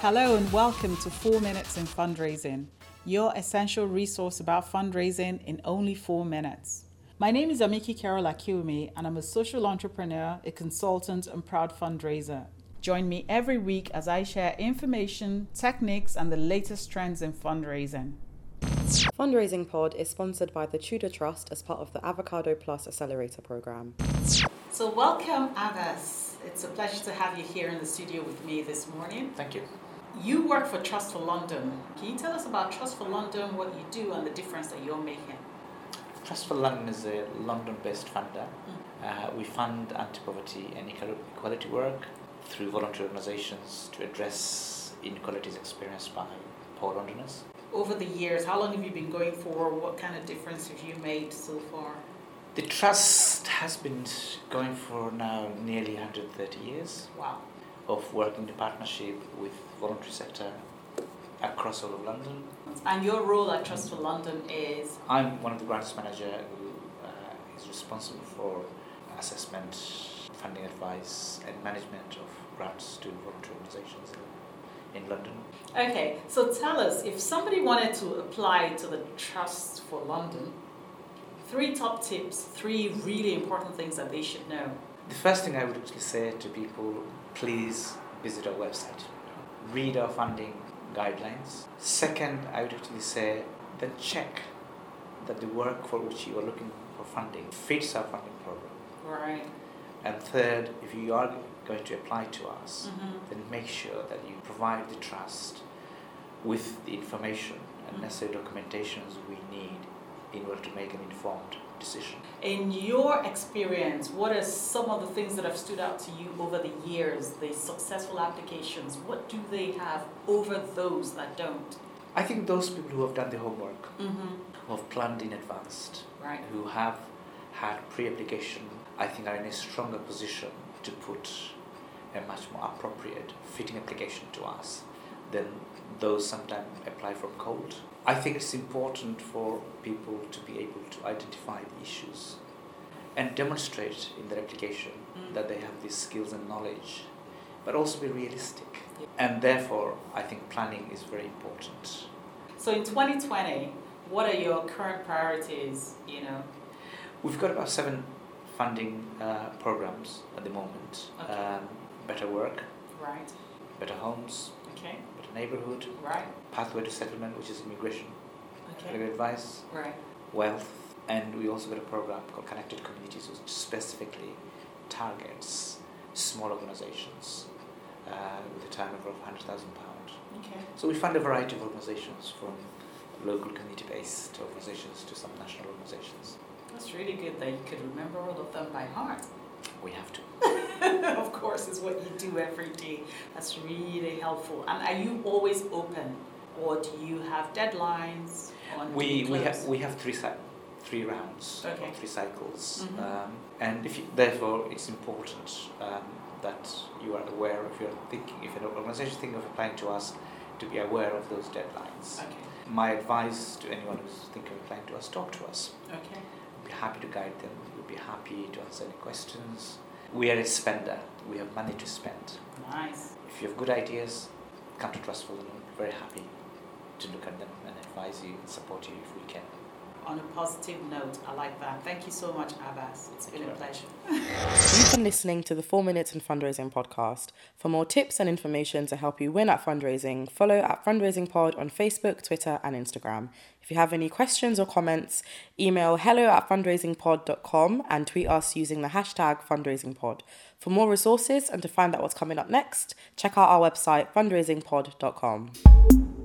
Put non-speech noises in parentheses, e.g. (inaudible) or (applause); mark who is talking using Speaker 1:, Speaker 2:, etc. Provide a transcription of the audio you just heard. Speaker 1: Hello and welcome to 4 Minutes in Fundraising, your essential resource about fundraising in only 4 minutes. My name is Amiki Carol Akiumi, and I'm a social entrepreneur, a consultant, and proud fundraiser. Join me every week as I share information, techniques, and the latest trends in fundraising.
Speaker 2: Fundraising Pod is sponsored by the Tudor Trust as part of the Avocado Plus Accelerator Program.
Speaker 1: So, welcome, Abbas. It's a pleasure to have you here in the studio with me this morning.
Speaker 3: Thank you.
Speaker 1: You work for Trust for London. Can you tell us about Trust for London, what you do, and the difference that you're making?
Speaker 3: Trust for London is a London based funder. Uh, we fund anti poverty and equal- equality work through voluntary organizations to address inequalities experienced by poor Londoners.
Speaker 1: Over the years, how long have you been going for? What kind of difference have you made so far?
Speaker 3: The trust has been going for now nearly 130 years
Speaker 1: Wow.
Speaker 3: of working in partnership with voluntary sector across all of London.
Speaker 1: And your role at Trust for London is
Speaker 3: I'm one of the grants manager who uh, is responsible for assessment, funding advice, and management of grants to voluntary organisations in, in London.
Speaker 1: okay. So tell us if somebody wanted to apply to the Trust for London, three top tips, three really important things that they should know.
Speaker 3: The first thing I would actually say to people: please visit our website, read our funding guidelines. Second, I would actually say then check that the work for which you are looking for funding fits our funding program.
Speaker 1: Right.
Speaker 3: And third, if you are going to apply to us.
Speaker 1: Mm-hmm.
Speaker 3: then make sure that you provide the trust with the information and necessary documentations we need in order to make an informed decision.
Speaker 1: In your experience, what are some of the things that have stood out to you over the years, the successful applications? What do they have over those that don't?
Speaker 3: I think those people who have done the homework,
Speaker 1: Mm-hmm.
Speaker 3: who have planned in advance,
Speaker 1: Right.
Speaker 3: who have had pre application, I think are in a stronger position to put a much more appropriate fitting application to us than those sometimes apply from cold. I think it's important for people to be able to identify the issues and demonstrate in their application
Speaker 1: Mm.
Speaker 3: that they have these skills and knowledge, but also be realistic.
Speaker 1: Yeah.
Speaker 3: And therefore, I think planning is very important.
Speaker 1: So in 2020, what are your current priorities? You know,
Speaker 3: We've got about seven funding uh, programs at the moment.
Speaker 1: Okay.
Speaker 3: Um, better work,
Speaker 1: right?
Speaker 3: better homes,
Speaker 1: Okay,
Speaker 3: better neighborhood,
Speaker 1: right?
Speaker 3: pathway to settlement, which is immigration,
Speaker 1: Okay,
Speaker 3: legal advice,
Speaker 1: right.
Speaker 3: wealth, and we also got a program called Connected Communities, which specifically targets small organizations uh, with a turnover of £100,000.
Speaker 1: Okay,
Speaker 3: So we fund a variety of organizations from local community based organizations to some national organizations.
Speaker 1: that's really good that you could remember all of them by heart. (laughs)
Speaker 3: We have to.
Speaker 1: of course, is what you do every day. That's really helpful. And are you always open, or do you have deadlines? Or do
Speaker 3: We
Speaker 1: you
Speaker 3: we
Speaker 1: close?
Speaker 3: have we have three cy- three rounds, or
Speaker 1: Okay.
Speaker 3: three cycles,
Speaker 1: Mhm.
Speaker 3: um, and if you, therefore it's important um, that you are aware if you're thinking if an organisation is thinking of applying to us, to be aware of those deadlines.
Speaker 1: Okay,
Speaker 3: My advice to anyone who's thinking of applying to us, talk to us.
Speaker 1: okay,
Speaker 3: We'll be happy to guide them. We'll be happy to answer any questions. We are a spender. We have money to spend.
Speaker 1: nice.
Speaker 3: If you have good ideas, come to Trustful, and we'll be very happy to look at them and advise you and support you if we can.
Speaker 1: On a positive note, I like that. Thank you so much, Abbas. It's been a pleasure.
Speaker 2: You've been listening to the 4 Minutes in Fundraising podcast. For more tips and information to help you win at fundraising, follow at Fundraising Pod on Facebook, Twitter, and Instagram. If you have any questions or comments, email hello at fundraisingpod.com and tweet us using the hashtag fundraisingpod. For more resources and to find out what's coming up next, check out our website fundraisingpod.com.